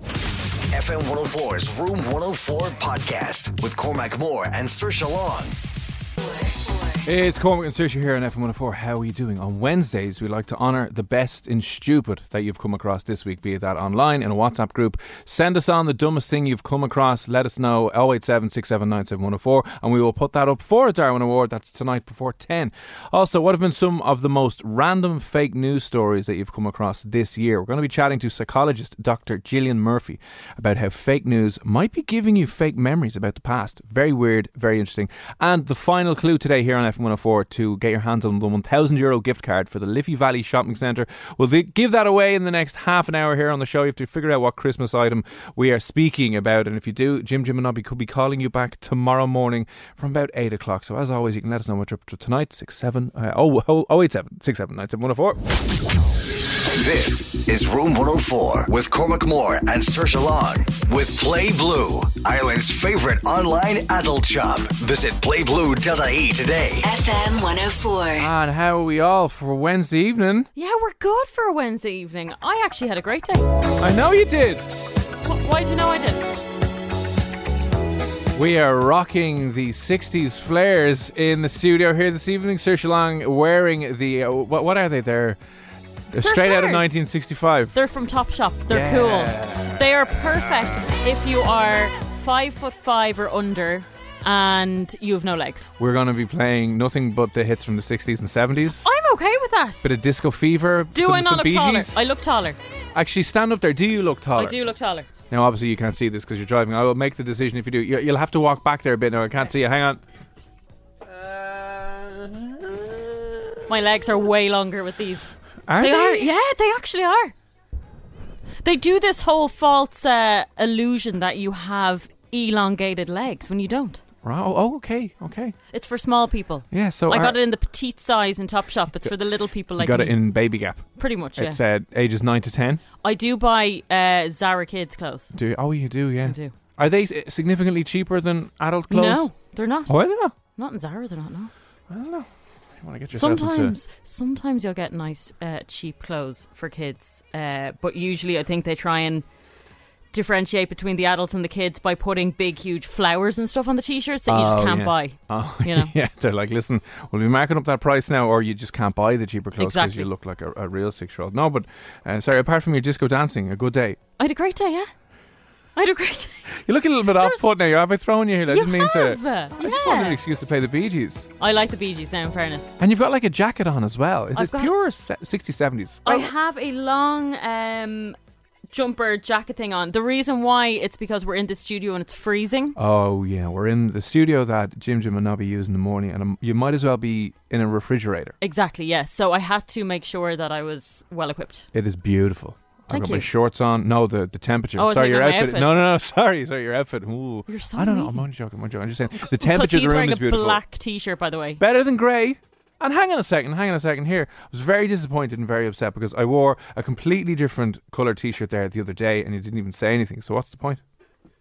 FM 104's Room 104 podcast with Cormac Moore and Sir Long. It's Cormac and Saoirse here on FM104. How are you doing? On Wednesdays, we like to honour the best in stupid that you've come across this week, be it that online, in a WhatsApp group. Send us on the dumbest thing you've come across. Let us know, 087 679 7104, and we will put that up for a Darwin Award. That's tonight before 10. Also, what have been some of the most random fake news stories that you've come across this year? We're going to be chatting to psychologist Dr. Gillian Murphy about how fake news might be giving you fake memories about the past. Very weird, very interesting. And the final clue today here on F104 to get your hands on the 1,000 euro gift card for the Liffey Valley Shopping Centre. We'll th- give that away in the next half an hour here on the show. You have to figure out what Christmas item we are speaking about. And if you do, Jim Jim and Nobby could be calling you back tomorrow morning from about 8 o'clock. So as always, you can let us know what you're up to tonight. 67 uh, oh, oh, oh, 087 This is Room 104 with Cormac Moore and Sir Long with Play Blue, Ireland's favorite online adult shop. Visit playblue.ie today. FM 104. And how are we all for Wednesday evening? Yeah, we're good for a Wednesday evening. I actually had a great day. Wh- I know you did. Why do you know I did? We are rocking the 60s flares in the studio here this evening. Sir Shalang wearing the. Uh, what, what are they? They're, they're, straight out of flares. 1965. They're from Topshop. They're Yeah. cool. They are perfect if you are five foot five or under and you have no legs. We're going to be playing nothing but the hits from the 60s and 70s. I'm okay with that. Bit of disco fever. do some, I not some look Bee taller? Gees. I look taller. Actually, stand up there. Do you look taller? I do look taller. Now, obviously, you can't see this because you're driving. I will make the decision if you do. You- You'll have to walk back there a bit now. I can't see you. Hang on. My legs are way longer with these. Are They are. Yeah, they actually are. They do this whole false uh, illusion that you have elongated legs when you don't. Right. Oh, okay. Okay. It's for small people. Yeah, so I our- got it in the petite size in Topshop. It's for the little people you like got it me. in Baby Gap. pretty much. Yeah, It's uh, ages 9 to 10. I do buy uh, Zara kids clothes. Do you? Oh, you do, yeah. I do. Are they s- significantly cheaper than adult clothes? No, they're not. Oh, I don't know. Not in Zara, they're not. No. I don't know. You want to get yourself into... Sometimes, sometimes you'll get nice uh, cheap clothes for kids, uh, but usually I think they try and differentiate between the adults and the kids by putting big, huge flowers and stuff on the t-shirts that you just Oh, can't yeah. buy. Oh, you know. yeah. They're like, listen, we'll be marking up that price now, or you just can't buy the cheaper clothes because Exactly. you look like a, a real six-year-old. No, but uh, sorry. Apart from your disco dancing, a good day. I had a great day. Yeah, I had a great day. You look a little bit off There's- put now. Have I thrown you here? I You didn't mean have. uh, to. Yeah. I just wanted an excuse to play the Bee Gees. I like the Bee Gees now, in fairness. And you've got like a jacket on as well. Is I've it got- Oh. pure se- 60s, 70s? I have a long um, jumper jacket thing on. The reason why it's because we're in the studio and it's freezing. Oh yeah, we're in the studio that Jim Jim and Nobby use in the morning, and um, you might as well be in a refrigerator. Exactly, yes. So I had to make sure that I was well equipped. It is beautiful. I Thank got my you. shorts on. No, the, the temperature. Oh, sorry, I thought you your meant my outfit. outfit. No, no, no. Sorry, sorry, your outfit. Ooh, You're so I don't know. mean. I'm only joking. I'm only joking. I'm just saying the Because temperature of the he's room wearing is a beautiful. black t shirt, by the way. Better than grey. And hang on a second, hang on a second here. I was very disappointed and very upset because I wore a completely different colour t shirt there the other day and you didn't even say anything. So what's the point?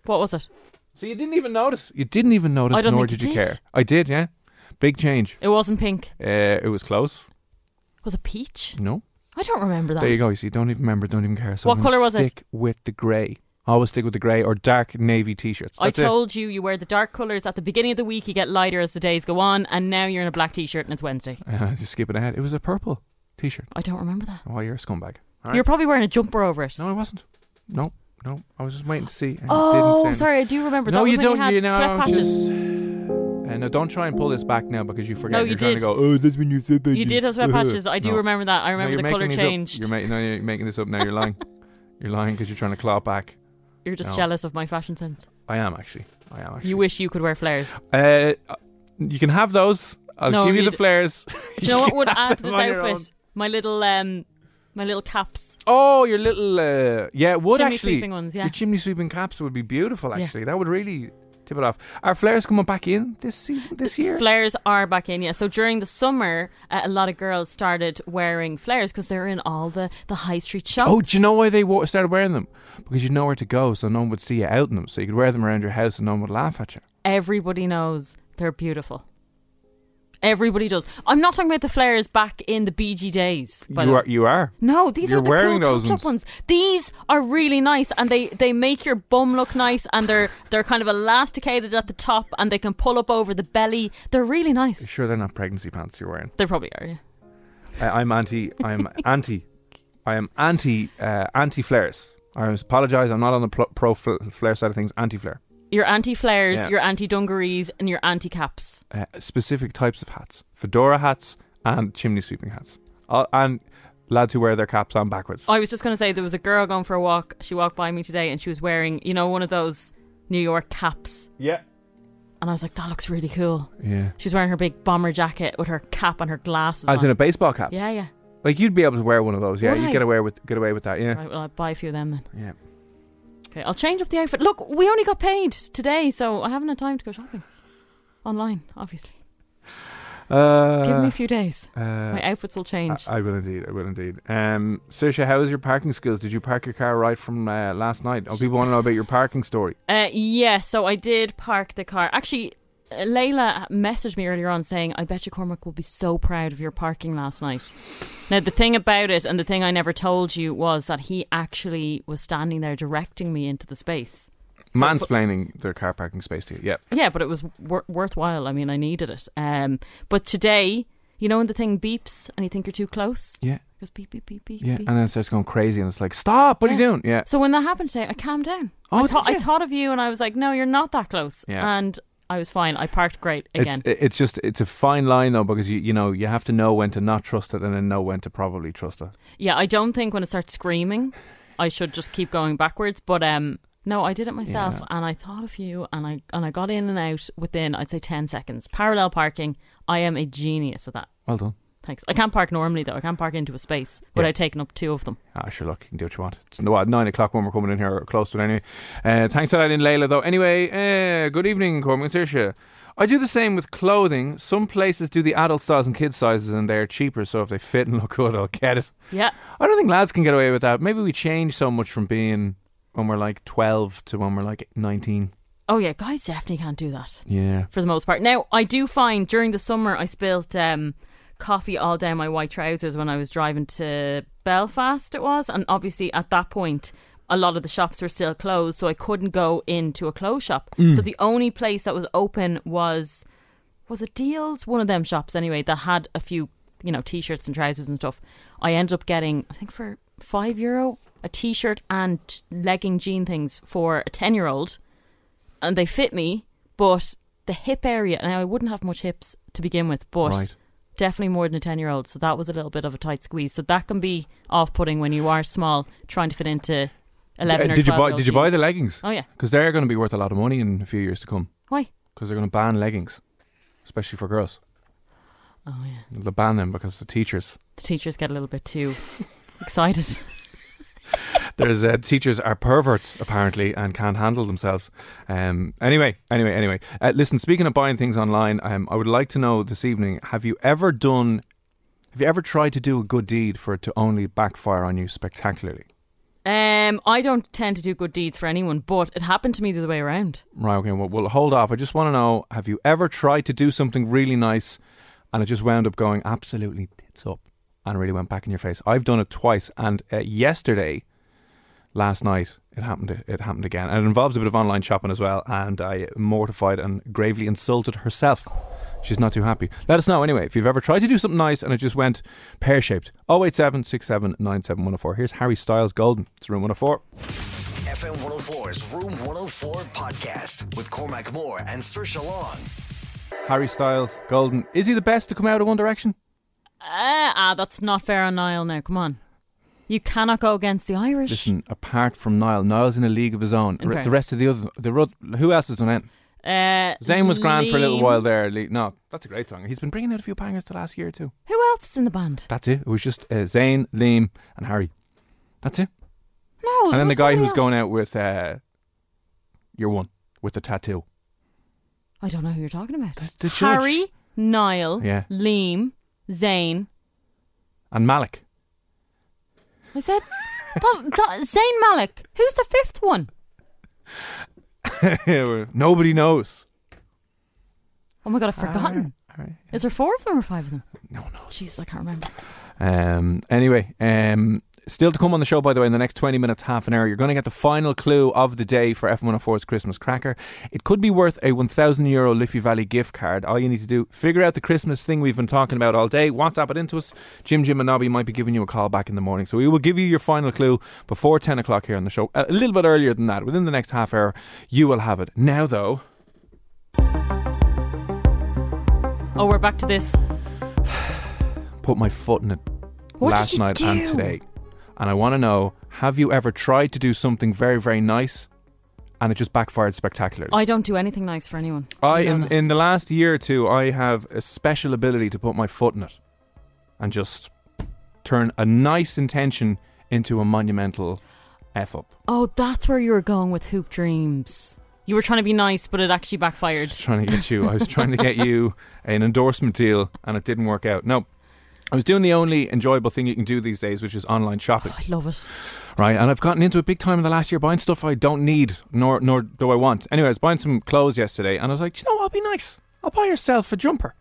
What was it? So you didn't even notice. You didn't even notice, I don't nor think did you you did. care. I did, yeah. Big change. It wasn't pink. Uh, it was close. Was it peach? No. I don't remember that. There you go. You see, don't even remember, don't even care. So What I'm colour was it? stick Stick with the grey. Always stick with the grey or dark navy t-shirts. I That's it. told you you wear the dark colours at the beginning of the week, you get lighter as the days go on, and now you're in a black t shirt and it's Wednesday. Uh, just skipping ahead. It was a purple t-shirt. I don't remember that. Oh, you're a scumbag. All right. Ah. You're probably wearing a jumper over it. no, I wasn't. No, no. I was just waiting to see. and didn't oh, say anything. sorry, I do remember that. No, was you when don't. had You know, sweat I'm patches. just- Uh, no, don't try and pull this back now because you forget. No, You're you trying did. to go. Oh, that's when you said You did have sweat patches. I do No. remember that. I No, remember you're the making colour these up. changed. You're, ma- no, you're making this up now. You're lying. you're lying because you're trying to claw back. You're just No. jealous of my fashion sense. I am actually. I am actually. You wish you could wear flares. Uh, you can have those. I'll No, give you you the d- flares. Do you know what would can have add to them this on your outfit? My little um, my little caps. Oh, your little uh, yeah, it would Chimney actually. sweeping ones, yeah. Your chimney sweeping caps would be beautiful. Yeah. Actually, that would really tip it off. Are flares coming back in this season, this year? Flares are back in, yeah. So during the summer, uh, a lot of girls started wearing flares because they're in all the, the high street shops. oh, do you know why they wa- started wearing them? Because you'd know where to go, so no one would see you out in them. So you could wear them around your house, and no one would laugh at you. Everybody knows they're beautiful. Everybody does. I'm not talking about the flares back in the BG days. By you the way. are. You are. uh, No, these You're are the wearing cool those top top ones. ones. These are really nice, and they they make your bum look nice, and they're they're kind of elasticated at the top, and they can pull up over the belly. They're really You nice. sure they're not pregnancy pants you're wearing? They probably are. Yeah. I, Uh, I'm anti. I'm anti. I am anti. Uh, anti flares. I apologize. I'm not on the pl- pro fl- flare side of things. Anti flare. Your anti flares, Yeah. your anti dungarees, and your anti caps. uh, specific types of hats fedora hats and chimney sweeping hats uh, and lads who wear their caps on backwards I was just going to say there was a girl going for a walk. She walked by me today, and she was wearing you know one of those New York caps, yeah and I was like, that looks really cool. yeah She was wearing her big bomber jacket with her cap and her glasses. as on. in a baseball cap yeah, yeah. like you'd be able to wear one of those yeah Would you I? get away with get away with that yeah Right, well, I'll buy a few of them then. yeah Okay, I'll change up the outfit. Look, we only got paid today, so I haven't had time to go shopping. Online, obviously. uh, Give me a few days. uh, My outfits will change. I, I will indeed I will indeed um Saoirse how is your parking skills did you park your car right from uh, last night oh people want to know about your parking story Uh, yeah, so I did park the car. Actually, uh, Layla messaged me earlier on saying, I bet you Cormac will be so proud of your parking last night. Now, the thing about it, and the thing I never told you, was that he actually was standing there directing me into the space. So if- mansplaining their car parking space to you yeah Yeah, but it was wor- worthwhile. I mean, I needed it. Um, but today, you know when the thing beeps and you think you're too close? yeah It goes beep, beep, beep, beep, yeah beep. and then it starts going crazy and it's like stop what are you Yeah. doing yeah So when that happened today, I calmed down. Oh, I, thought, did I you? thought of you and I was like, no, you're not that close. Yeah. And I was fine. I parked great again. It's, it's just it's a fine line though because you you know you have to know when to not trust it and then know when to probably trust it. yeah, I don't think when it starts screaming, I should just keep going backwards. But um, no, I did it myself Yeah. and I thought of you and I and I got in and out within I'd say ten seconds. Parallel parking. I am a genius at that. Well done. Thanks. I can't park normally though. I can't park into a space without taking up two of them. Ah, sure, look, you can do what you want. It's no, at nine o'clock when we're coming in here, or close to it anyway. Uh, thanks for that in, Layla, though. Anyway, uh, good evening, Cormac and Saoirse. I do the same with clothing. Some places do the adult styles and kid sizes, and they're cheaper, so if they fit and look good, I'll get it. Yeah. I don't think lads can get away with that. Maybe we change so much from being when we're like 12 to when we're like 19. Oh yeah, guys definitely can't do that. Yeah. for the most part. Now, I do find during the summer I spilt um, coffee all down my white trousers when I was driving to Belfast, it was. And obviously, at that point, a lot of the shops were still closed, so I couldn't go into a clothes shop. So the only place that was open was, was it Deals? One of them shops, anyway, that had a few, you know, t shirts and trousers and stuff. I ended up getting, I think, for five euro, a t shirt and legging jean things for a 10 year old and they fit me, but the hip area, now I wouldn't have much hips to begin with, but Right. definitely more than a 10 year old. So that was a little bit of a tight squeeze. So that can be off putting when you are small, trying to fit into 11 Uh, or did you 12 buy Did you buy the leggings? Oh, yeah. Because they're going to be worth a lot of money in a few years to come. Why? because they're going to ban leggings, especially for girls. Oh, yeah. They'll ban them because the teachers, The teachers get a little bit too excited. there's uh, teachers are perverts apparently and can't handle themselves. Um, anyway, anyway, anyway. Uh, listen, speaking of buying things online, um, I would like to know this evening: Have you ever done? Have you ever tried to do a good deed for it to only backfire on you spectacularly? Um, I don't tend to do good deeds for anyone, but it happened to me the other way around. Right. Okay. Well, we'll hold off. I just want to know: Have you ever tried to do something really nice, and it just wound up going absolutely tits up, and really went back in your face? I've done it twice, and uh, yesterday, last night, it happened. It happened again, and it involves a bit of online shopping as well. And I mortified and gravely insulted herself. She's not too happy. Let us know anyway if you've ever tried to do something nice and it just went pear shaped. 087 Here's Harry Styles Golden. It's room 104. FM 104's Room 104 podcast with Cormac Moore and Sir Long. Harry Styles Golden. Is he the best to come out of One Direction? Ah, ah, that's not fair on Niall now. Come on. You cannot go against the Irish. Listen, apart from Niall, Niall's in a league of his own. Re- In the fairness. rest of the other, the ro- who else has done it? Uh, Zayn was grand for a little Liam- while there. Le- no, that's a great song. He's been bringing out a few bangers the last year or two. Who else is in the band? That's it. It was just uh, Zayn, Liam, and Harry. That's it. No. and there then the was guy somebody who's else. going out with uh, your one with the tattoo. I don't know who you're talking about. the judge. Harry, Niall, Yeah. Liam, Zayn. And Malik. I said that, that, Zayn Malik. Who's the fifth one? Nobody knows. Oh my god, I've forgotten. All right. Is there four of them or five of them? No one knows. Jeez, I can't remember. Um, anyway, um, still to come on the show, by the way, in the next 20 minutes, half an hour, you're going to get the final clue of the day for F104's Christmas cracker. It could be worth a 1,000 euro Liffey Valley gift card. All you need to do, figure out the Christmas thing we've been talking about all day, WhatsApp it into us. Jim, Jim, and Nobby might be giving you a call back in the morning. So we will give you your final clue before 10 o'clock here on the show. A little bit earlier than that, within the next half hour, you will have it. Now, though, Oh, we're back to this. put my foot in it What did last you night and do? today. And I want to know have you ever tried to do something very, very nice and it just backfired spectacularly? I don't do anything nice for anyone. I You know in, that. in the last year or two, I have a special ability to put my foot in it and just turn a nice intention into a monumental F up. Oh, that's where you were going with hoop dreams. You were trying to be nice, but it actually backfired. was trying to get you. I was trying to get you an endorsement deal, and it didn't work out. No, I was doing the only enjoyable thing you can do these days, which is online shopping. I love it. Right, and I've gotten into it big time in the last year, buying stuff I don't need nor nor do I want. Anyway, I was buying some clothes yesterday, and I was like, "Do you know, what? I'll be nice. I'll buy herself a jumper.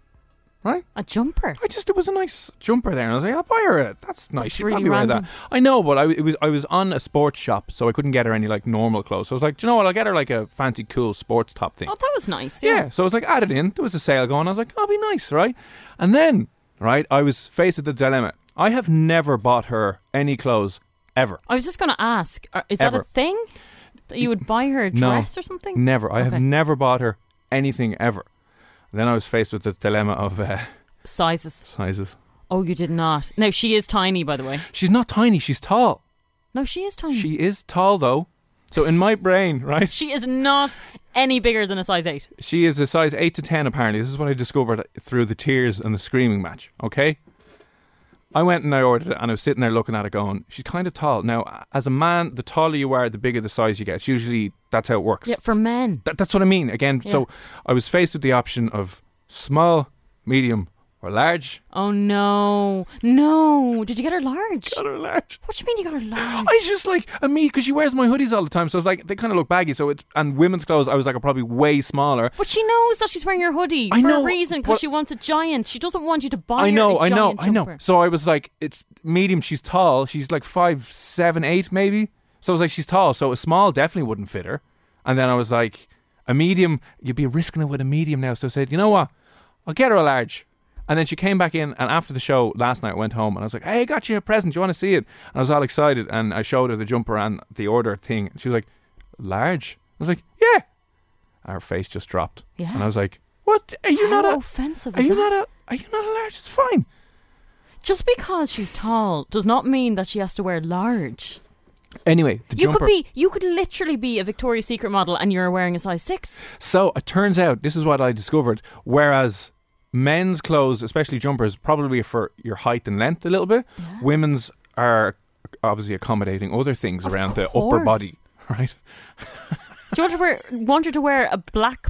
Right? A jumper. I just it was a nice jumper there, and I was like, I'll buy her it. That's nice. That's She'd really probably wear that. random. I know, but I it was I was on a sports shop, so I couldn't get her any like normal clothes. So I was like, "Do you know what? I'll get her like a fancy, cool sports top thing. Oh, that was nice. Yeah. Yeah. So I was like, added in. There was a sale going. I was like, I'll be nice, right? And then, right, I was faced with the dilemma. I have never bought her any clothes ever. I was just going to ask are- is Ever. that a thing? That you would buy her a No. dress or something? Never. I have Okay. never bought her anything ever. Then I was faced with the dilemma of uh, Sizes. sizes. Oh, you did not. No, she is tiny, by the way. She's not tiny. She's tall. No, she is tiny. She is tall though. So in my brain, right? She is not any bigger than a size 8. She is a size 8 to 10, apparently. This is what I discovered through the tears and the screaming match, okay? I went and I ordered it, and I was sitting there looking at it going, she's kind of tall. Now, as a man, the taller you are, the bigger the size you get. It's usually, that's how it works. Yeah, for men. That, that's what I mean. Again, so I was faced with the option of small, medium, or large. Oh, no. No. Did you get her large? Got her large. What do you mean you got her large? I was just like, I mean, because she wears my hoodies all the time, so I was like, they kind of look baggy. So it's, and women's clothes, I was like, are probably way smaller. But she knows that she's wearing your hoodie I for know, a but- reason because she wants a giant. She doesn't want you to buy I her know, a I know, giant I know. jumper. So I was like, it's medium. She's tall. She's like five, seven, eight, maybe. So I was like, she's tall. So a small definitely wouldn't fit her. And then I was like, a medium. You'd be risking it with a medium now. So I said, you know what? I'll get her a large. And then she came back in, and after the show last night, I went home and I was like, "Hey, I got you a present. Do you want to see it?" And I was all excited, and I showed her the jumper and the order thing. She was like, "Large." I was like, "Yeah." And her face just dropped. Yeah. And I was like, "What? Are you How not a, offensive Are is you that? not a? Are you not a large? It's fine." Just because she's tall does not mean that she has to wear large. Anyway, the You jumper. could be, you could literally be a Victoria's Secret model and you're wearing a size six. So it turns out this is what I discovered. Whereas men's clothes, especially jumpers, probably for your height and length a little bit. Women's are obviously accommodating other things Of around the upper course. body, right? Do you want, to wear, want her to wear a black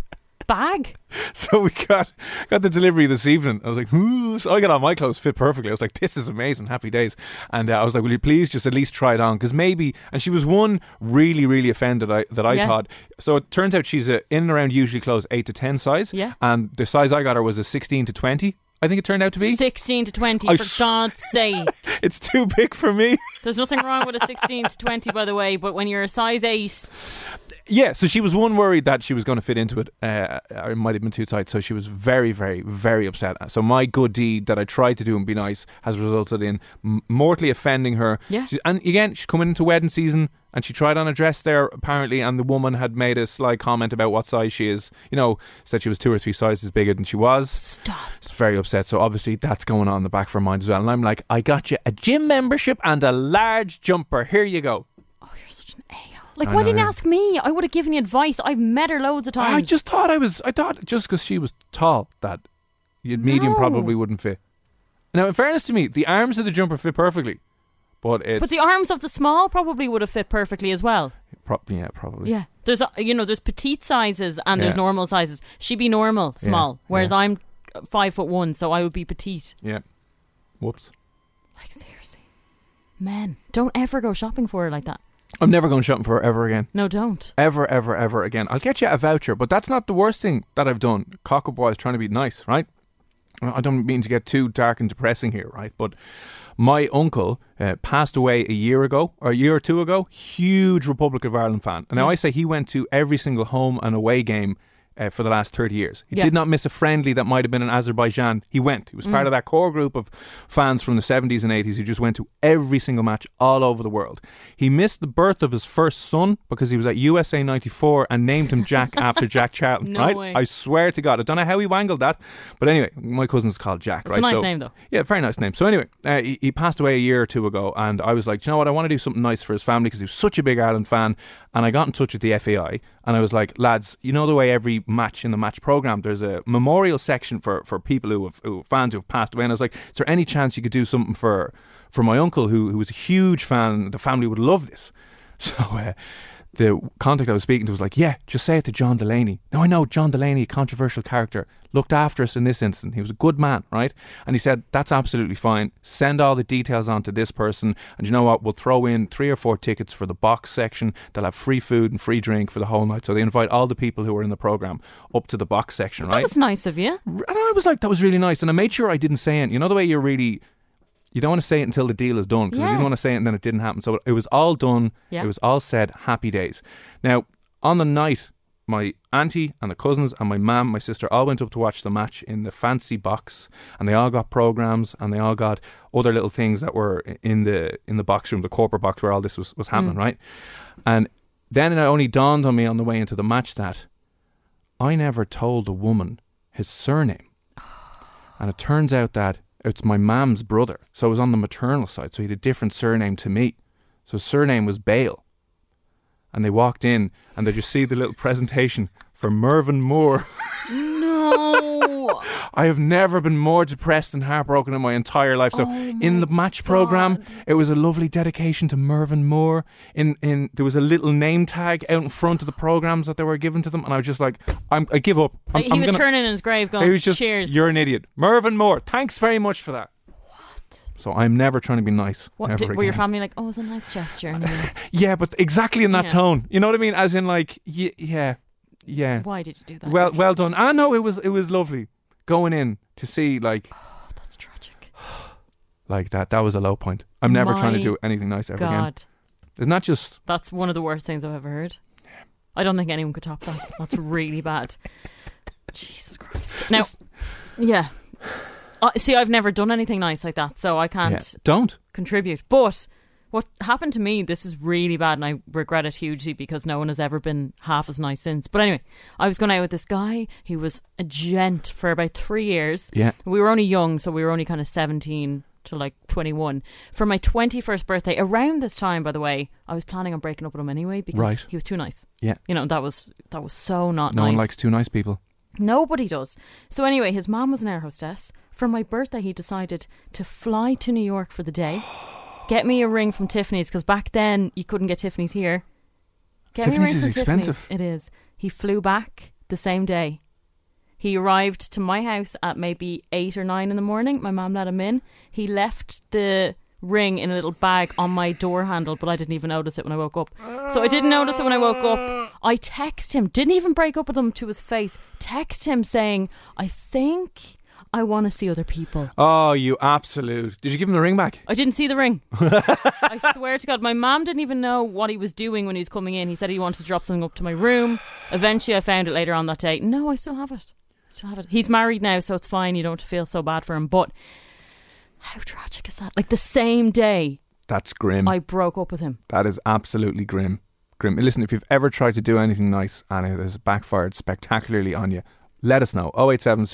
bag? So we got got the delivery this evening. I was like, "Ooh." so I got all my clothes fit perfectly. I was like, this is amazing. Happy days. And uh, I was like, will you please just at least try it on? Because maybe. And she was one really, really offended I, that I Yeah. thought. So it uh, turns out she's a in and around usually clothes eight to ten size. Yeah. And the size I got her was a sixteen to twenty. I think it turned out to be. 16 to 20, I for s- God's sake. It's too big for me. There's nothing wrong with a 16 to 20, by the way, but when you're a size 8, Yeah, so she was one worried that she was going to fit into it. Uh, or it might have been too tight, so she was very, very, very upset. So my good deed that I tried to do and be nice has resulted in m- mortally offending her. Yeah. She's, and again, she's coming into wedding season, and she tried on a dress there apparently, and the woman had made a sly comment about what size she is. You know, said she was two or three sizes bigger than she was. Stop. It's very upset. So obviously that's going on in the back of her mind as well. And I'm like, I got you a gym membership and a large jumper. Here you go. oh, you're such an a-hole. Like, I why know, didn't you yeah. ask me? I would have given you advice. I've met her loads of times. I just thought I was. I thought just because she was tall that your medium No. probably wouldn't fit. Now, in fairness to me, the arms of the jumper fit perfectly, but it's But the arms of the small probably would have fit perfectly as well. Pro- yeah, probably. Yeah. There's, uh, you know, there's petite sizes and there's Yeah. normal sizes. She'd be normal, small, whereas yeah. I'm five foot one, so I would be petite. Yeah. Whoops. Like, seriously. Men, don't ever go shopping for her like that. I'm never going shopping for her ever again. No, don't. Ever, ever, ever again. I'll get you a voucher, but that's not the worst thing that I've done. Cock up wise, trying to be nice, right? I don't mean to get too dark and depressing here, right? But my uncle uh, passed away a year ago, or a year or two ago. Huge Republic of Ireland fan. And now I say he went to every single home and away game uh, for the last 30 years. He Yeah. did not miss a friendly that might have been in Azerbaijan. He went. He was Mm. part of that core group of fans from the 70s and 80s who just went to every single match all over the world. He missed the birth of his first son because he was at USA 94 and named him Jack after Jack Charlton, No right? way. I swear to God. I don't know how he wangled that. But anyway, my cousin's called Jack, It's a right? nice So- name, though. yeah, very nice name. So anyway, uh, he, he passed away a year or two ago, and I was like, "Do you know what? I want to do something nice for his family because he was such a big Ireland fan. And I got in touch with the FAI, and I was like, lads, you know the way every match in the match program, there's a memorial section for, for people who have who, fans who have passed away. And I was like, is there any chance you could do something for for my uncle who who was a huge fan? The family would love this. So. Uh, the contact I was speaking to was like, yeah, just say it to John Delaney. Now I know John Delaney, a controversial character, looked after us in this instance. He was a good man, right? And he said, that's absolutely fine. Send all the details on to this person. And you know what? We'll throw in three or four tickets for the box section. They'll have free food and free drink for the whole night. So they invite all the people who were in the program up to the box section, That right? was nice of you. and I was like, that was really nice. And I made sure I didn't say it. You know the way you're really, you don't want to say it until the deal is done because I Yeah. didn't want to say it and then it didn't happen. So it was all done. Yeah. It was all said. Happy days. Now on the night, my auntie and the cousins and my mum, my sister, all went up to watch the match in the fancy box, and they all got programs and they all got other little things that were i- in the in the box room, the corporate box where all this was was happening, right? And then it only dawned on me on the way into the match that I never told the woman his surname. And it turns out that it's my mam's brother. So it was on the maternal side. So he had a different surname to me. So his surname was Bale. And they walked in and they just see the little presentation for Mervyn Moore. Oh. No. I have never been more depressed and heartbroken in my entire life. So Oh in the match program, it was a lovely dedication to Mervyn Moore. In in there was a little name tag out in front of the programs that they were given to them, and I was just like, I'm, I give up. I'm, he I'm was gonna, turning in his grave going, it was just, cheers. You're an idiot. Mervyn Moore, thanks very much for that. What? So I'm never trying to be nice. What, never did- were your again. family like, oh, it was a nice gesture? Anyway. Yeah, but exactly in that Yeah. tone. You know what I mean? As in, like, y- yeah, yeah. Why did you do that? Well, well Interesting. done. I know it was it was lovely going in to see like That's tragic. like that. That was a low point. I'm never trying to My do anything nice ever again. God, It's not just that's one of the worst things I've ever heard. I don't think anyone could top that. That's really bad. Jesus Christ. Now, yeah. Uh, see, I've never done anything nice like that, so I can't yeah, don't. contribute. But what happened to me, this is really bad, and I regret it hugely because no one has ever been half as nice since. But anyway, I was going out with this guy. He was a gent for about three years. Yeah. We were only young, so we were only kind of 17 to like 21. For my 21st birthday, around this time, by the way, I was planning on breaking up with him anyway because Right. he was too nice. Yeah. You know, that was that was so not No nice. one likes too nice people. Nobody does. So anyway, his mom was an air hostess. For my birthday, he decided to fly to New York for the day, get me a ring from Tiffany's because back then you couldn't get Tiffany's here. Get me a Tiffany's ring is from expensive. Tiffany's. It is. He flew back the same day. He arrived to my house at maybe eight or nine in the morning. My mom let him in. He left the ring in a little bag on my door handle, but I didn't even notice it when I woke up. So I didn't notice it when I woke up. I text him, didn't even break up with him to his face. Text him saying, I think I want to see other people. Oh, you absolute. Did you give him the ring back? I didn't see the ring. I swear to God, my mom didn't even know what he was doing when he was coming in. He said he wanted to drop something up to my room. Eventually, I found it later on that day. No, I still have it. I still have it. He's married now, so it's fine. You don't have to feel so bad for him. But how tragic is that? Like the same day That's grim. I broke up with him. That is absolutely grim. Grim. Listen, if you've ever tried to do anything nice and it has backfired spectacularly on you, let us know. 087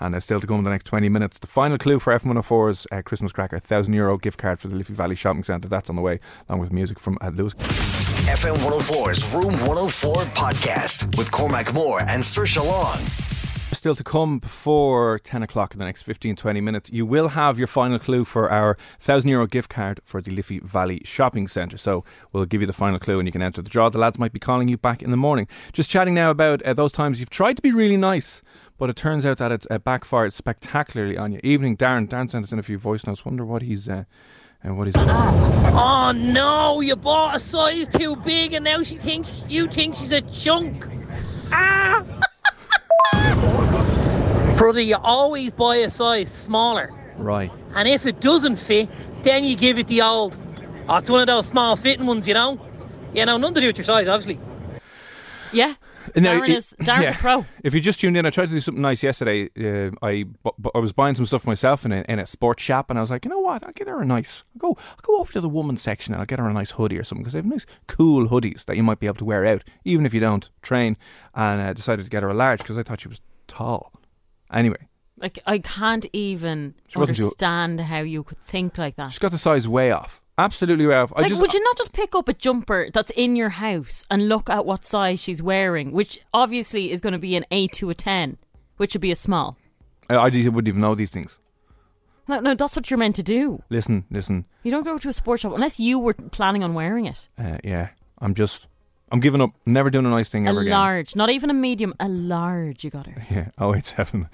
And it's still to come in the next 20 minutes. The final clue for F104's uh, Christmas Cracker, €1,000 Euro gift card for the Liffey Valley Shopping Centre. That's on the way, along with music from uh, Lewis. FM 104's Room 104 podcast with Cormac Moore and Sir Long. Still to come before 10 o'clock in the next 15, 20 minutes, you will have your final clue for our €1,000 Euro gift card for the Liffey Valley Shopping Centre. So we'll give you the final clue and you can enter the draw. The lads might be calling you back in the morning. Just chatting now about uh, those times you've tried to be really nice, but it turns out that it's uh, backfired spectacularly on you. Evening, Darren. Darren sent us in a few voice notes. Wonder what he's. Uh, and what he's Oh no, you bought a size too big and now she thinks you think she's a chunk. Ah! Brother, you always buy a size smaller. right? And if it doesn't fit, then you give it the old. Oh, it's one of those small fitting ones, you know? You know, nothing to do with your size, obviously. Yeah. No, Darren it- is Darren's yeah. a pro. If you just tuned in, I tried to do something nice yesterday. Uh, I bu- bu- I was buying some stuff for myself in a, in a sports shop, and I was like, you know what? I'll get her a nice. I'll go I'll go over to the woman's section and I'll get her a nice hoodie or something because they have nice cool hoodies that you might be able to wear out, even if you don't train. And I decided to get her a large because I thought she was tall. Anyway, Like I can't even She wasn't you- understand how you could think like that. she's got the size way off. Absolutely way off. I Like, just would you not just pick up a jumper that's in your house and look at what size she's wearing, which obviously is going to be an A to a 10, which would be a small? I, I just wouldn't even know these things. No, no, that's what you're meant to do. Listen, listen. You don't go to a sports shop unless you were planning on wearing it. Uh, yeah, I'm just. I'm giving up. Never doing a nice thing A ever again. large, not even a medium, a large you got her. Yeah, 087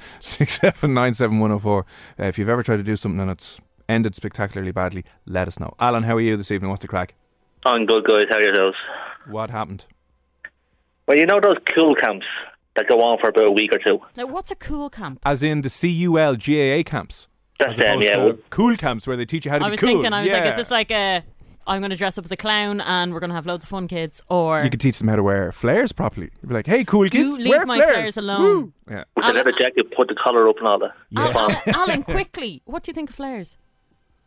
6797104. Uh, if you've ever tried to do something and it's ended spectacularly badly, let us know. Alan, how are you this evening? What's the crack? I'm Oh, good, guys. How are yourselves? What happened? Well, you know those cool camps that go on for about a week or two. Now, what's a cool camp? As in the CUL GAA camps. That's as them, opposed yeah. to cool camps where they teach you how to I be was cool. thinking, I was like, Yeah. is this like a. I'm going to dress up as a clown and we're going to have loads of fun, kids? Or. You could teach them how to wear flares properly. You'd be like, hey, cool kids, leave wear my flares. flares alone. Woo. Yeah. With the leather jacket, put the collar up and all that. Al- Bomb. Alan, Alan, quickly, what do you think of flares?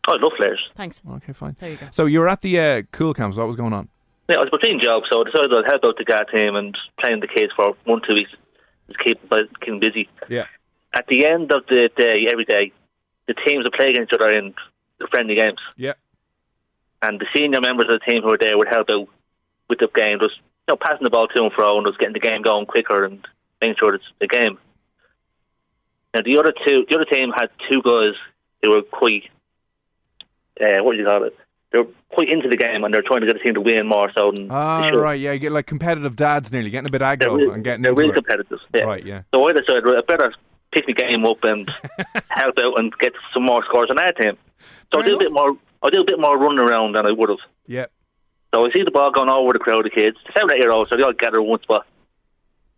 Oh, I love flares. Thanks. Okay, fine. There you go. So you were at the uh, cool camps. What was going on? Yeah, I was between jobs, so I decided I'd help out the guy team and playing the kids for one, two weeks. Just keep, keep them busy. Yeah. At the end of the day, every day, the teams would play against each other in the friendly games. Yeah. And the senior members of the team who were there would help out with the game, just you know, passing the ball to and fro and just getting the game going quicker and making sure it's the game. Now the other two, the other team had two guys who were quite, uh, what do you call it? They were quite into the game and they're trying to get the team to win more. So than they Ah, should. right. Yeah, you get like competitive dads nearly, getting a bit They're aggro really, and getting they're into really it. competitive. Yeah. Right, yeah. So I decided right, I better pick my game up and help out and get some more scores on our team. So I Fair do a bit enough. more. I do a bit more running around than I would have. Yeah. So I see the ball going all over the crowd of kids. It's seven, eight year olds, so they all gather in one spot.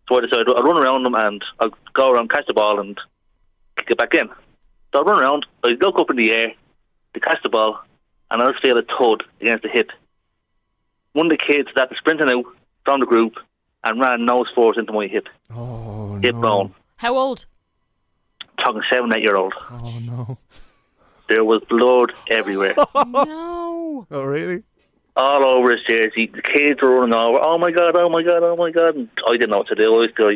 So I decided I'll run around them and I'll go around, catch the ball, and kick it back in. So I run around, I look up in the air to catch the ball, and I just feel a thud against the hip. One of the kids that was sprinting out from the group and ran nose force into my hip. Oh, Hip no. bone. How old? Talking seven, eight year old. Oh, no. There was blood everywhere. no. Oh, really? all over his jersey. The kids were running over. Oh my god! Oh my god! Oh my god! And I didn't know what to do. I was still,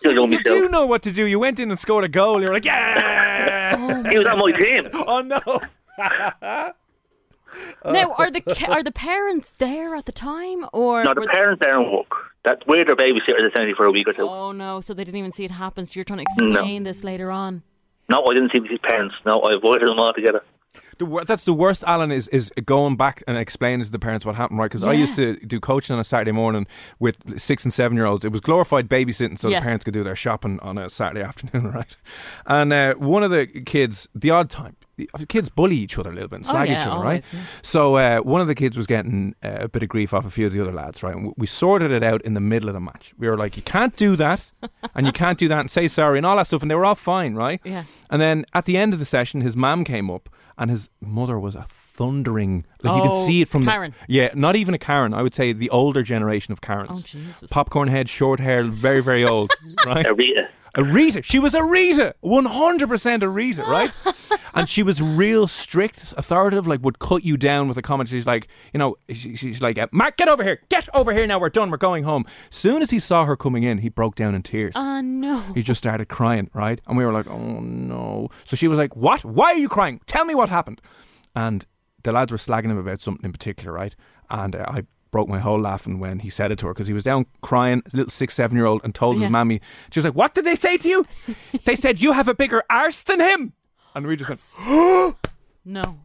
still young You do myself. know what to do. You went in and scored a goal. You were like, yeah! He was on my team. oh, no. Uh, Now, are the ca- are the parents there at the time, Oh, or No, were- the parents there in work. That we're their babysitters essentially for a week or two. Oh no! So they didn't even see it happen. So you're trying to explain this later on. No, I didn't see these parents. No, I avoided them altogether. The wor- that's the worst, Alan, is, is going back and explaining to the parents what happened, right? Because I Yeah. used to do coaching on a Saturday morning with six and seven year olds. It was glorified babysitting so Yes. the parents could do their shopping on a Saturday afternoon, right? And uh, one of the kids, the odd time, the kids bully each other a little bit and Oh, slag yeah, each other, always, right? yeah. So uh, one of the kids was getting uh, a bit of grief off a few of the other lads, right? And we- we sorted it out in the middle of the match. We were like, you can't do that, and you can't do that, and say sorry, and all that stuff. And they were all fine, right? Yeah. And then at the end of the session, his mum came up, and his mother was a thundering. Like you Oh, can see it from Karen. The, yeah, not even a Karen. I would say the older generation of Karens. Oh, Jesus. Popcorn head, short hair, very very old, right? Uh, Rita. A Rita. She was a Rita. 100% a Rita, right? and she was real strict, authoritative, like would cut you down with a comment. She's like, you know, she, she's like, uh, Mark, get over here. Get over here now. We're done. We're going home. Soon as he saw her coming in, he broke down in tears. Ah, no. he just started crying, right? And we were like, oh no. So she was like, what? Why are you crying? Tell me what happened. And the lads were slagging him about something in particular, right? And uh, I broke my whole laughing when he said it to her because he was down crying, little six, seven year old, and told Yeah. his mammy, she was like, what did they say to you? they said, you have a bigger arse than him. And we just went, No.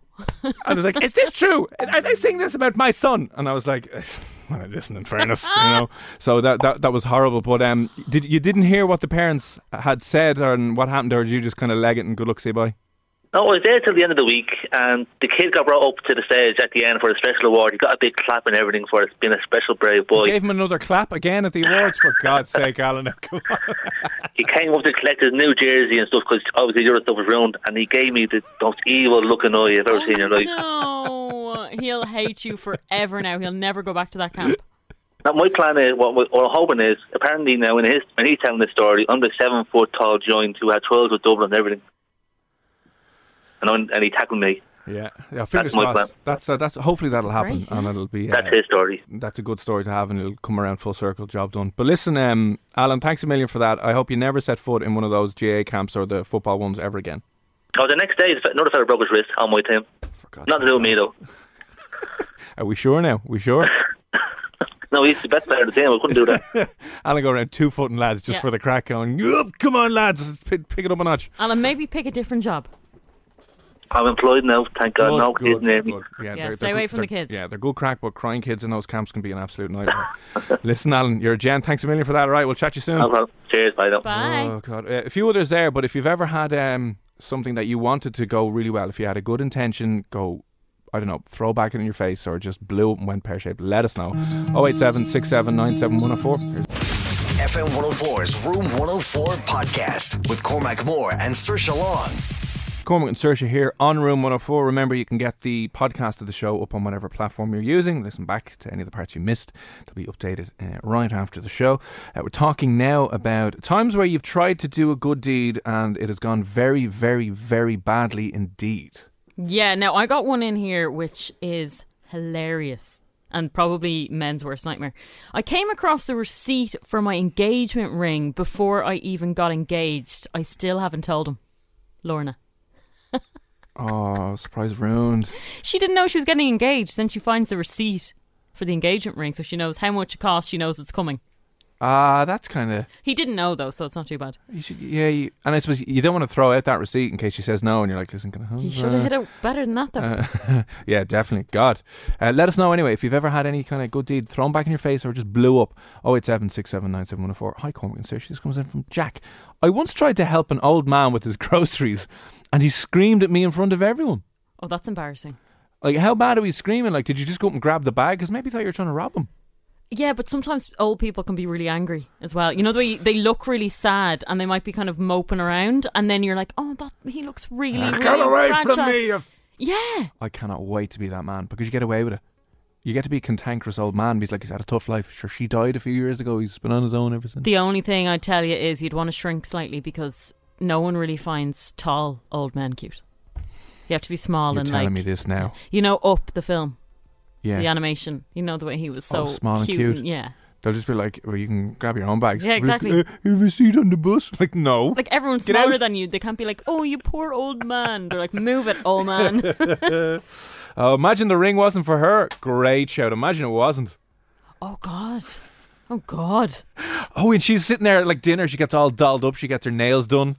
and I was like, "Is this true? Are they saying this about my son?" And I was like, "Well, listen, in fairness, you know." So that that, that was horrible. But um, did you didn't hear what the parents had said and what happened, or did you just kind of leg it and good luck, say bye? No, I was there till the end of the week, and the kid got brought up to the stage at the end for a special award. He got a big clap and everything for it, being a special brave boy. Gave him another clap again at the awards. For God's sake, Alan! now Come on. he came up to collect his new jersey and stuff because obviously your stuff was ruined, and he gave me the most evil looking eye you've ever seen in your life. No. He'll hate you forever now. He'll never go back to that camp. Now, my plan is what, what I'm hoping is apparently now when his when he's telling this story, I'm the seven foot tall giant who had twirls with Dublin and everything, and I'm, and he tackled me. Yeah, yeah. Fingers That's my crossed. plan. That's uh, that's hopefully that'll happen, Great, and yeah. it'll be. Uh, That's his story. that's a good story to have, and it'll come around full circle. Job done. But listen, um, Alan, thanks a million for that. I hope you never set foot in one of those GA camps or the football ones ever again. Oh, the next day, another fella broke his wrist on my team. For God's Not to do with me though. Are we sure now? We sure? No, he's the best player of the team. I couldn't do that. Alan go around two footing lads just Yeah. for the crack going, "Yup, come on lads, let's pick, pick it up a notch. Alan, maybe pick a different job. I'm employed now, thank God. no Good, kids good, near me. good. Yeah, stay away good- from the they're- kids. Yeah, they're good crack, but crying kids in those camps can be an absolute nightmare. Listen, Alan, you're a gent. Thanks a million for that. All right, we'll chat you soon. No problem. Cheers, bye now. Bye. Oh god, uh, a few others there. But if you've ever had um, something that you wanted to go really well, if you had a good intention, go. I don't know, throw back in your face or just blew up and went pear shaped. Let us know. 087 FM 104's Room 104 podcast with Cormac Moore and Sir Long. Cormac and Saoirse here on Room 104. Remember, you can get the podcast of the show up on whatever platform you're using. Listen back to any of the parts you missed. They'll be updated uh, right after the show. Uh, we're talking now about times where you've tried to do a good deed and it has gone very, very, very badly indeed. Yeah, now I got one in here which is hilarious and probably men's worst nightmare. I came across the receipt for my engagement ring before I even got engaged. I still haven't told him. Lorna. Oh, surprise ruined. She didn't know she was getting engaged. Then she finds the receipt for the engagement ring so she knows how much it costs. She knows it's coming. Ah, that's kind of. He didn't know though, so it's not too bad. You should, yeah, you, and I suppose you don't want to throw out that receipt in case she says no, and you're like, listen, can I have He should have hit it better than that though. Mm-hmm. Uh, yeah, definitely. God. Uh, let us know anyway if you've ever had any kind of good deed thrown back in your face or just blew up. 087 Hi, Cormac and Saoirse. This comes in from Jack. I once tried to help an old man with his groceries and he screamed at me in front of everyone. oh, that's embarrassing. Like, how bad are we screaming? Like, did you just go up and grab the bag? Because maybe you thought you were trying to rob him. Yeah, but sometimes old people can be really angry as well. You know, they they look really sad and they might be kind of moping around, and then you're like, "Oh, that he looks really, really fragile." Yeah, I cannot wait to be that man because you get away with it. You get to be a cantankerous old man. but He's like, he's had a tough life. Sure, she died a few years ago. He's been on his own ever since. the only thing I tell you is you'd want to shrink slightly because no one really finds tall old men cute. You have to be small You're and telling like me this now. you know, up the film, Yeah. the animation. You know the way he was so Oh, small and cute. yeah, They'll just be like, well, you can grab your own bags. Yeah, exactly. Uh, have a seat on the bus? Like, no. like everyone's Get smaller out. than you. They can't be like, "Oh, you poor old man." They're like, "Move it, old man." Oh, imagine the ring wasn't for her. Great shout. Imagine it wasn't. oh God, oh God. Oh, and she's sitting there at like dinner. She gets all dolled up. She gets her nails done.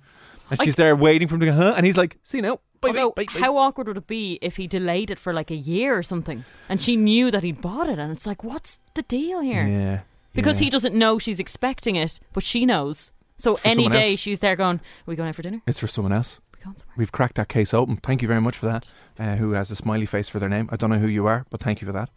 And she's there waiting for him to go, huh? And he's like, see now. Bye, Although, bye, bye, bye. how awkward would it be if he delayed it for like a year or something, and she knew that he bought it, and it's like, what's the deal here? Yeah. Because yeah. he doesn't know she's expecting it, but she knows. So for any someone day else. she's there going, "Are we going out for dinner? It's for someone else. Are we going somewhere?" We've cracked that case open. Thank you very much for that. Uh, who has a smiley face for their name? I don't know who you are, but thank you for that.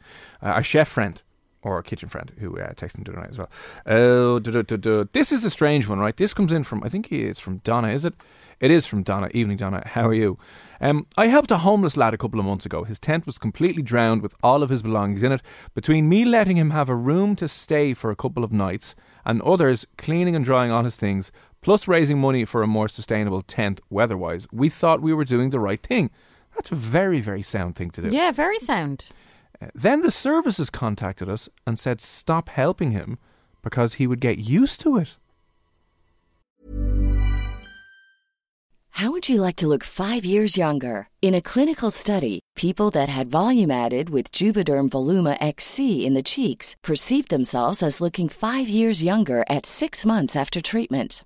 Uh, our chef friend or our kitchen friend who uh, texted in tonight as well. Oh, duh, duh, duh, duh. this is a strange one, right? This comes in from I think it's from Donna. Is it? It is from Donna. Evening, Donna. How are you? Um, I helped a homeless lad a couple of months ago. His tent was completely drowned with all of his belongings in it. Between me letting him have a room to stay for a couple of nights and others cleaning and drying all his things, plus raising money for a more sustainable tent weatherwise, we thought we were doing the right thing. That's a very, very sound thing to do. Uh, Yeah, very sound. Then the services contacted us and said stop helping him because he would get used to it. How would you like to look five years younger? In a clinical study, people that had volume added with Juvederm Voluma XC in the cheeks perceived themselves as looking five years younger at six months after treatment.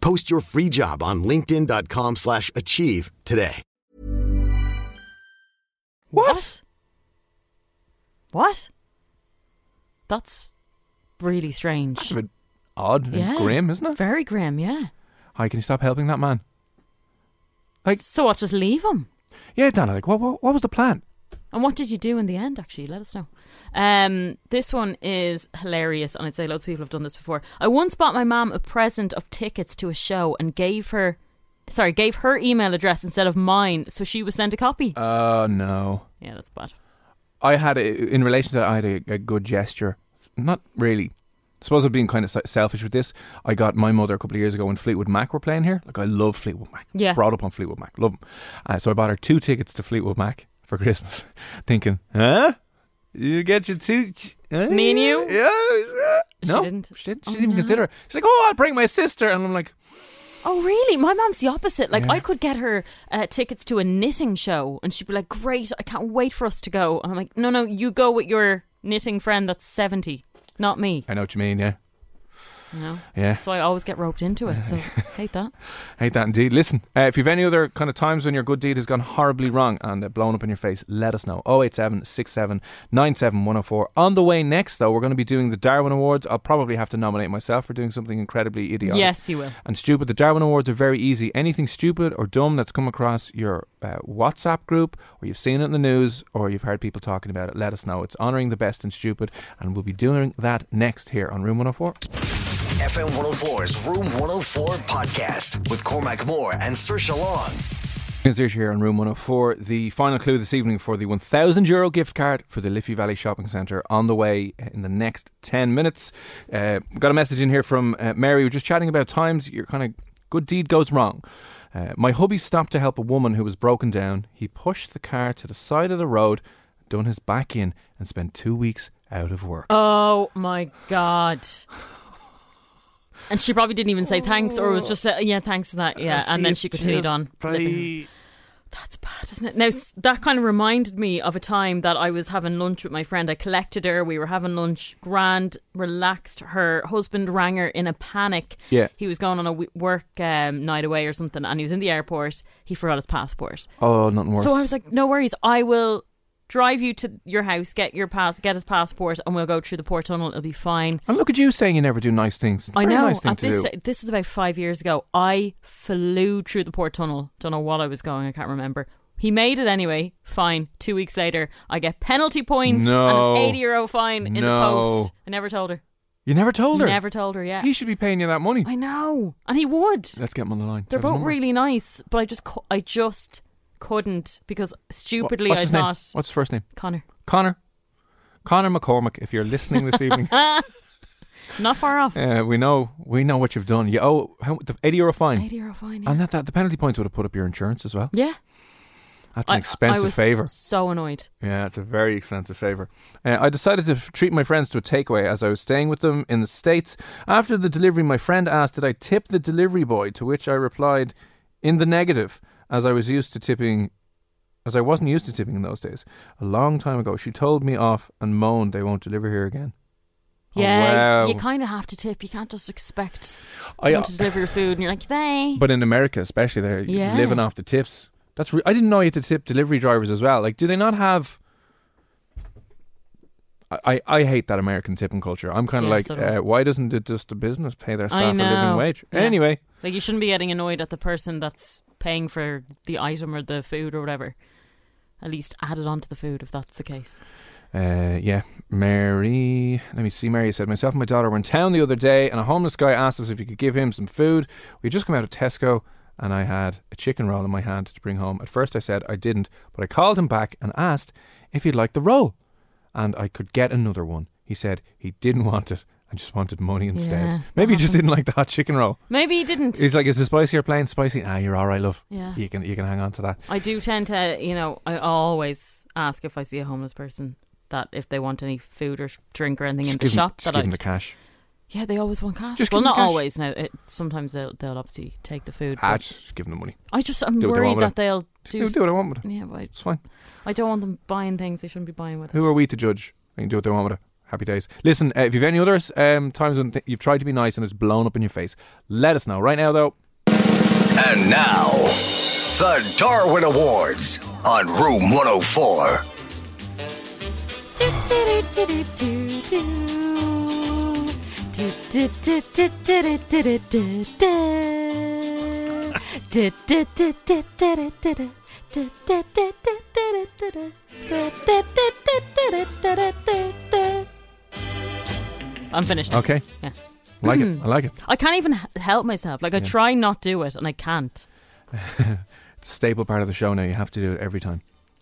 Post your free job on linkedin.com/achieve slash achieve today. What? What? That's really strange. It's a bit odd and yeah. grim, isn't it? Very grim, yeah. Hi, can you stop helping that man? Like, so what? Just leave him. Yeah, Donna. Like, what? What, what was the plan? And what did you do in the end, actually? Let us know. Um, this one is hilarious, and I'd say loads of people have done this before. I once bought my mum a present of tickets to a show and gave her, sorry, gave her email address instead of mine, so she was sent a copy. Oh no. Yeah, that's bad. I had a, in relation to that, I had a, a good gesture. Not really. I suppose I've been kind of se- selfish with this. I got my mother a couple of years ago when Fleetwood Mac were playing here. Like I love Fleetwood Mac. Yeah. Brought up on Fleetwood Mac. Love them. Uh, so I bought her two tickets to Fleetwood Mac for Christmas, thinking, huh? You get your two. Huh? Me and you? Yeah. No, She didn't. She didn't, she didn't even consider it. She's like, oh, I'll bring my sister, and I'm like, Oh, really? My mum's the opposite. Like, Yeah. I could get her uh, tickets to a knitting show, and she'd be like, "Great, I can't wait for us to go." And I'm like, "No, no, you go with your knitting friend that's seventy, not me." I know what you mean. Yeah. You know? Yeah. So I always get roped into it. So hate that. Hate that indeed. Listen, uh, if you've any other kind of times when your good deed has gone horribly wrong and uh, blown up in your face, let us know. 087 67 97 104. On the way next, though, we're going to be doing the Darwin Awards. I'll probably have to nominate myself for doing something incredibly idiotic. Yes, you will. And stupid. The Darwin Awards are very easy. Anything stupid or dumb that's come across your uh, WhatsApp group, or you've seen it in the news, or you've heard people talking about it, let us know. It's honouring the best and stupid, and we'll be doing that next here on Room 104. FM 104's Room 104 podcast with Cormac Moore and Sir Long. It's Saoirse here on Room 104. The final clue this evening for the €1,000 Euro gift card for the Liffey Valley Shopping Centre on the way in the next 10 minutes. Uh, got a message in here from uh, Mary. We are just chatting about times your kind of good deed goes wrong. Uh, my hubby stopped to help a woman who was broken down. He pushed the car to the side of the road, done his back in, and spent two weeks out of work. Oh my god. And she probably didn't even say thanks, or was just uh, yeah, thanks for that, yeah. see And then if she continued tears on. living. play- That's bad, isn't it? Now s- that kind of reminded me of a time that I was having lunch with my friend. I collected her. We were having lunch, grand, relaxed. Her husband rang her in a panic. Yeah. he was going on a w- work um, night away or something, and he was in the airport. He forgot his passport. Oh, nothing worse. So I was like, no worries. I will drive you to your house, get your pass, get his passport, and we'll go through the port tunnel. It'll be fine. and look at you saying you never do nice things. I Very know. Nice thing at to this, do. this was about five years ago. I flew through the port tunnel. Don't know what I was going. I can't remember. He made it anyway. Fine. Two weeks later, I get penalty points No. and an eighty-euro fine in the No. post. I never told her. You never told her. Never told her. Yeah. He should be paying you that money. I know, and he would. Let's get him on the line. They're Tell his both number. really nice, but I just, cou- I just couldn't because What- stupidly what's I his name? thought What's his first name? Connor. Connor. Connor McCormick. If you're listening this evening, Not far off. uh, we know we know what you've done. You owe how, the eighty euro fine. 80 euro fine. Yeah. And that, that the penalty points would have put up your insurance as well. yeah. That's an I- expensive I was favour. So annoyed. Yeah, it's a very expensive favour. Uh, I decided to f- treat my friends to a takeaway as I was staying with them in the States. After the delivery, my friend asked, Did I tip the delivery boy? To which I replied, In the negative, as I was used to tipping. As I wasn't used to tipping in those days. A long time ago, she told me off and moaned they won't deliver here again. Oh, Yeah, wow. you kind of have to tip. You can't just expect I- someone to deliver your food and you're like, they. But in America, especially, they're Yeah. living off the tips. That's re- I didn't know you had to tip delivery drivers as well. Like, do they not have? I, I, I hate that American tipping culture. I'm kind of Yeah, like, so do I. uh, why doesn't it just the business pay their I staff a know. living wage? Yeah. Anyway, like you shouldn't be getting annoyed at the person that's paying for the item or the food or whatever. At least add it onto the food if that's the case. Uh, yeah, Mary. Let me see. Mary said, Myself and my daughter were in town the other day, and a homeless guy asked us if we could give him some food. We had just come out of Tesco, and I had a chicken roll in my hand to bring home. At first, I said I didn't, but I called him back and asked if he'd like the roll, and I could get another one. He said he didn't want it and just wanted money instead. Yeah, Maybe he just didn't like the hot chicken roll. Maybe he didn't. He's like, "Is the spicy or plain spicy?" Ah, you're all right, love. Yeah. you can you can hang on to that. I do tend to, you know, I always ask if I see a homeless person that if they want any food or drink or anything Just in the give him- shop just that give I him the cash. Yeah, they always want cash. Just well, give them not cash. always. Now, it, sometimes they'll they'll obviously take the food. Ah, but- just give him the money. I just I'm Do what they want worried with that it. they'll do, do- do what I want with it. Yeah, but It's fine. I don't want them buying things they shouldn't be buying with. Who are we to judge? They can do what they want with it. Happy days. Listen, uh, if you've any others um, times when th- you've tried to be nice and it's blown up in your face, let us know. Right now, though, And now, the Darwin Awards on Room 104. I'm finished. okay? Yeah. Like it. I like it. I can't even h- help myself. Like I Yeah. try not do it, and I can't. It's a staple part of the show now. You have to do it every time.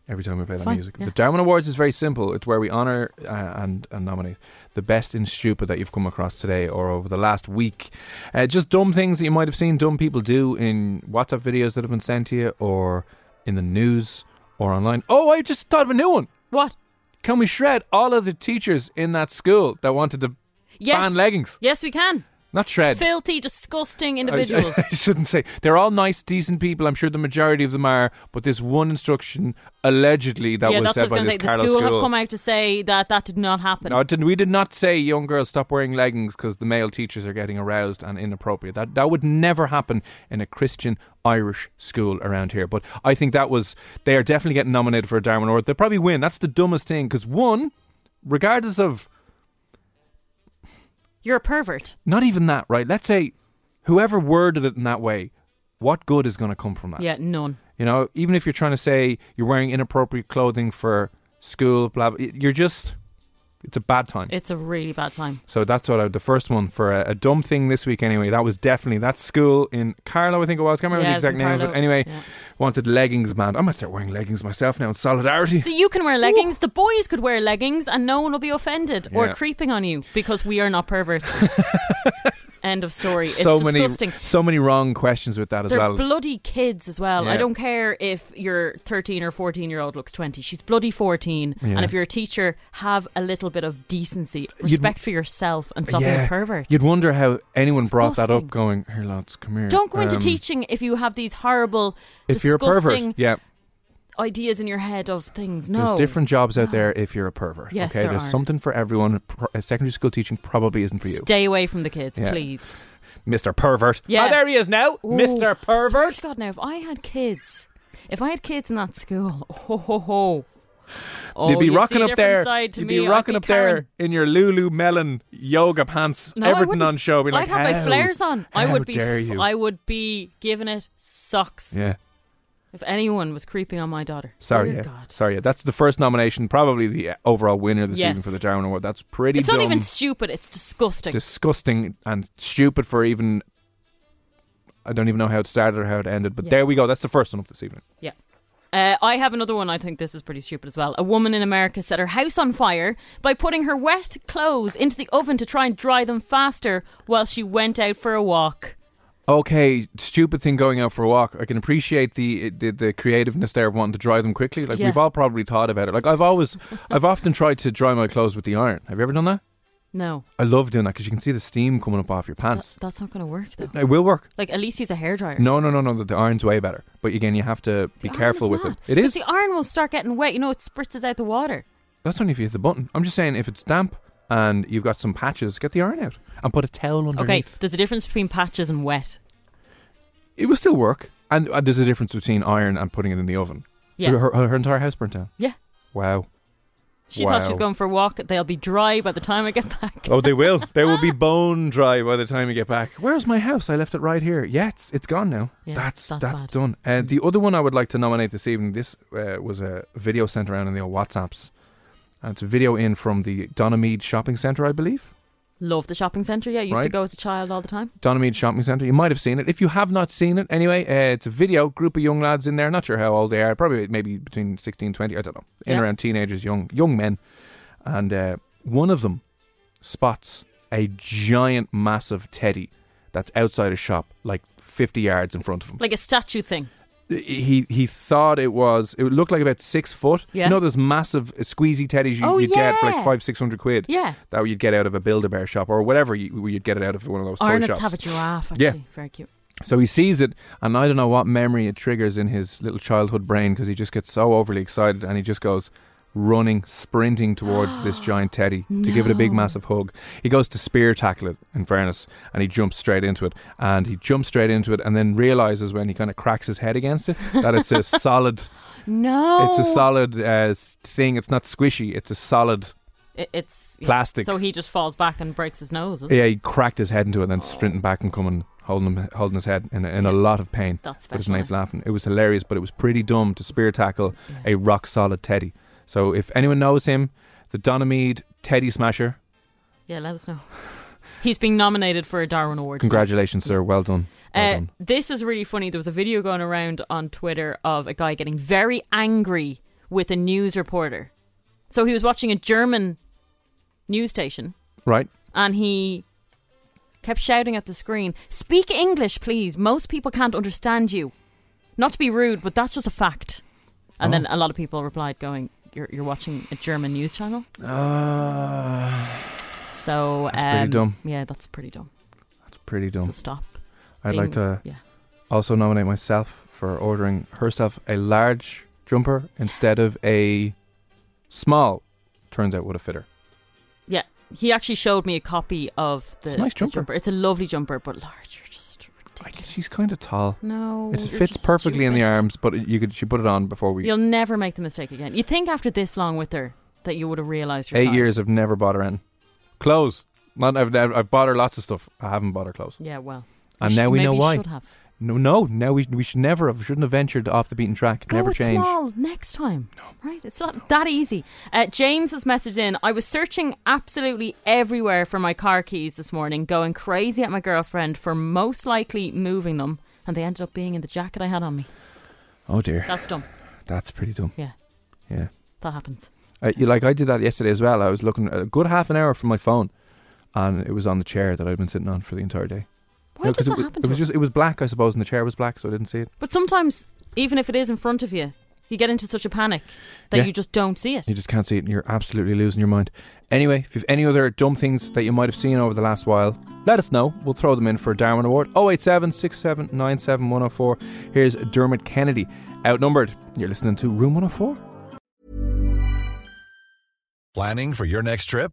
Every time we play that Fine, music. yeah. The Darwin Awards is very simple. It's where we honour uh, and, and nominate the best in stupid that you've come across today or over the last week. Uh, just dumb things that you might have seen dumb people do in WhatsApp videos that have been sent to you or in the news or online. Oh, I just thought of a new one. What? Can we shred all of the teachers in that school that wanted to Yes. ban leggings? Yes, we can. Not shred. Filthy, disgusting I- individuals. I, shouldn't say. They're all nice, decent people. I'm sure the majority of them are. But this one instruction, allegedly, that yeah, was that's what said I was by going to this say. The Carlos school, have come out to say that that did not happen. No, it didn't, we did not say young girls stop wearing leggings because the male teachers are getting aroused and inappropriate. That that would never happen in a Christian Irish school around here. But I think that was they are definitely getting nominated for a Darwin Award. They'll probably win. That's the dumbest thing because one, regardless of You're a pervert. not even that, right? Let's say whoever worded it in that way, what good is going to come from that? Yeah, none. You know, even if you're trying to say you're wearing inappropriate clothing for school, blah, blah you're just, it's a bad time. It's a really bad time. so that's what I, the first one for a, a dumb thing this week anyway. That was definitely that school in Carlow, I think it was. Can't remember Yeah, the it's in exact name of it. Carlow, Anyway, yeah. wanted leggings banned. I might start wearing leggings myself now in solidarity. So you can wear leggings. The boys could wear leggings, and no one will be offended or Yeah. creeping on you because we are not perverts. uh, end of story. It's so many, disgusting. so many wrong questions with that as They're well. bloody kids as well. Yeah. I don't care if your 13 or 14 year old looks 20. She's bloody 14. Yeah. And if you're a teacher, have a little bit of decency, respect for yourself, and stop being a pervert. You'd wonder how anyone brought that Disgusting. up. Going here, lads, come here. Don't go into Um, teaching if you have these horrible, If you're a disgusting pervert, yeah. ideas in your head of things. No. There's different jobs out there if you're a pervert. Yes, okay, there there's are. something for everyone. Pro- uh, secondary school teaching probably isn't for you, Stay away from the kids, Yeah. please. Mr. Pervert. Yeah. Oh, there he is now, Ooh, Mr. swear Pervert. to God, now, if I had kids, if I had kids in that school, ho ho ho. Oh, you'd be you'd rocking see a up different there. side to you'd me. be I'd rocking be up Karen. there in your Lululemon yoga pants. No, I everything wouldn't. on show. Be like, I'd have my "How- flares on. I how would be. Dare f- you? I would be giving it socks. Yeah. If anyone was creeping on my daughter, Sorry, yeah. Dear Oh, God. sorry. Yeah. That's the first nomination, probably the uh, overall winner this Yes. evening for the Darwin Award. That's pretty. it's dumb, not even stupid. It's disgusting. disgusting, and stupid for even. I don't even know how it started or how it ended, but Yeah. there we go. That's the first one up this evening. Yeah. Uh, I have another one. I think this is pretty stupid as well. A woman in America set her house on fire by putting her wet clothes into the oven to try and dry them faster while she went out for a walk. Okay, stupid thing going out for a walk. I can appreciate the the, the creativeness there of wanting to dry them quickly. Like Yeah. we've all probably thought about it. Like I've always, I've often tried to dry my clothes with the iron. Have you ever done that? No, I love doing that because you can see the steam coming up off your pants. that's not going to work though. It will work. Like at least use a hairdryer. No, no, no, no. The, the iron's way better. But again, you have to be careful with it. It is. the iron will start getting wet. You know, it spritzes out the water. That's only if you hit the button. I'm just saying, if it's damp and you've got some patches, get the iron out and put a towel underneath. Okay, there's a difference between patches and wet. It will still work. And uh, there's a difference between iron and putting it in the oven. Yeah. So her, her, her entire house burnt down. Yeah. Wow. She thought she was Wow. going for a walk. They'll be dry by the time I get back. Oh, they will. They will be bone dry by the time you get back. Where's my house? I left it right here. Yeah, it's, it's gone now. Yeah, that's that's that's, done. Uh, the other one I would like to nominate this evening. This uh, was a video sent around in the old WhatsApps, and it's a video in from the Donamead Shopping Centre, I believe. Love the shopping centre. Yeah, I used to Right. go as a child all the time. Donamead Shopping Centre. You might have seen it. If you have not seen it, anyway, uh, it's a video. Group of young lads in there. Not sure how old they are. Probably maybe between 16 and 20. I don't know. In Yeah. around teenagers, young young men, and uh, one of them spots a giant, massive teddy that's outside a shop, like 50 yards in front of him. Like a statue thing. He he thought it was. It looked like about six foot. Yeah. You know those massive uh, squeezy teddies you, Oh, would get for yeah. like five six hundred quid. Yeah. That you'd get out of a Build a Bear shop or whatever you, you'd get it out of one of those toy Arnott's shops. have a giraffe, actually. Yeah. Very cute. So he sees it, and I don't know what memory it triggers in his little childhood brain because he just gets so overly excited and he just goes running, sprinting towards this giant teddy to give it a big, No. massive hug. He goes to spear tackle it, in fairness, and he jumps straight into it. And he jumps straight into it, and then realizes when he kind of cracks his head against it that it's a solid. No. It's a solid uh, s- thing. It's not squishy. It's a solid. I- it's yeah. Plastic. So he just falls back and breaks his nose. is it? Yeah, he cracked his head into it, and then sprinting back and coming, holding him, holding his head in, a- in a lot of pain. That's but his special, mate's laughing. It was hilarious, but it was pretty dumb to spear tackle a rock solid Teddy. So if anyone knows him, the Donamead Teddy Smasher, Yeah, let us know. He's being nominated for a Darwin Award. tonight. congratulations, sir. Well done. Uh, this is really funny. There was a video going around on Twitter of a guy getting very angry with a news reporter. So he was watching a German news station Right. and he kept shouting at the screen, Speak English, please. Most people can't understand you. Not to be rude, but that's just a fact. And then Oh. a lot of people replied, going, You're, you're watching a German news channel? Uh, So, That's pretty um, dumb. Yeah, that's pretty dumb. it's pretty dumb. So stop. I'd like being- to yeah. also nominate myself for ordering herself a large jumper instead of a small. Turns out would have fit her. Yeah, he actually showed me a copy of the. It's a nice the jumper. It's a lovely jumper, but larger. Just She's kind of tall. No, it you're fits just perfectly in the stupid. arms, but you could she put it on before we you'll never make the mistake again. You think after this long with her that you would have realized your eight size. years. I've never bought her in clothes. Not I've never, I've bought her lots of stuff. I haven't bought her clothes. Yeah, well, and you now should- we maybe know you why. should have. No, no. Now we we should never have shouldn't have ventured off the beaten track. Go never with change. small next time. Right? It's not that easy. Uh, James has messaged in. I was searching absolutely everywhere for my car keys this morning, going crazy at my girlfriend for most likely moving them, and they ended up being in the jacket I had on me. Oh dear, That's dumb. that's pretty dumb. Yeah, Yeah. that happens. Uh, you, like I did that yesterday as well. I was looking a good half an hour from my phone, and it was on the chair that I'd been sitting on for the entire day. Why does 'cause that it, wa- happen It to was us? just it was black, I suppose, and the chair was black, so I didn't see it. But sometimes, even if it is in front of you, you get into such a panic that Yeah. you just don't see it. You just can't see it, and you're absolutely losing your mind. Anyway, if you've any other dumb things that you might have seen over the last while, let us know. We'll throw them in for a Darwin Award. 087 6797 104. Here's Dermot Kennedy. Outnumbered. You're listening to Room 104. Planning for your next trip?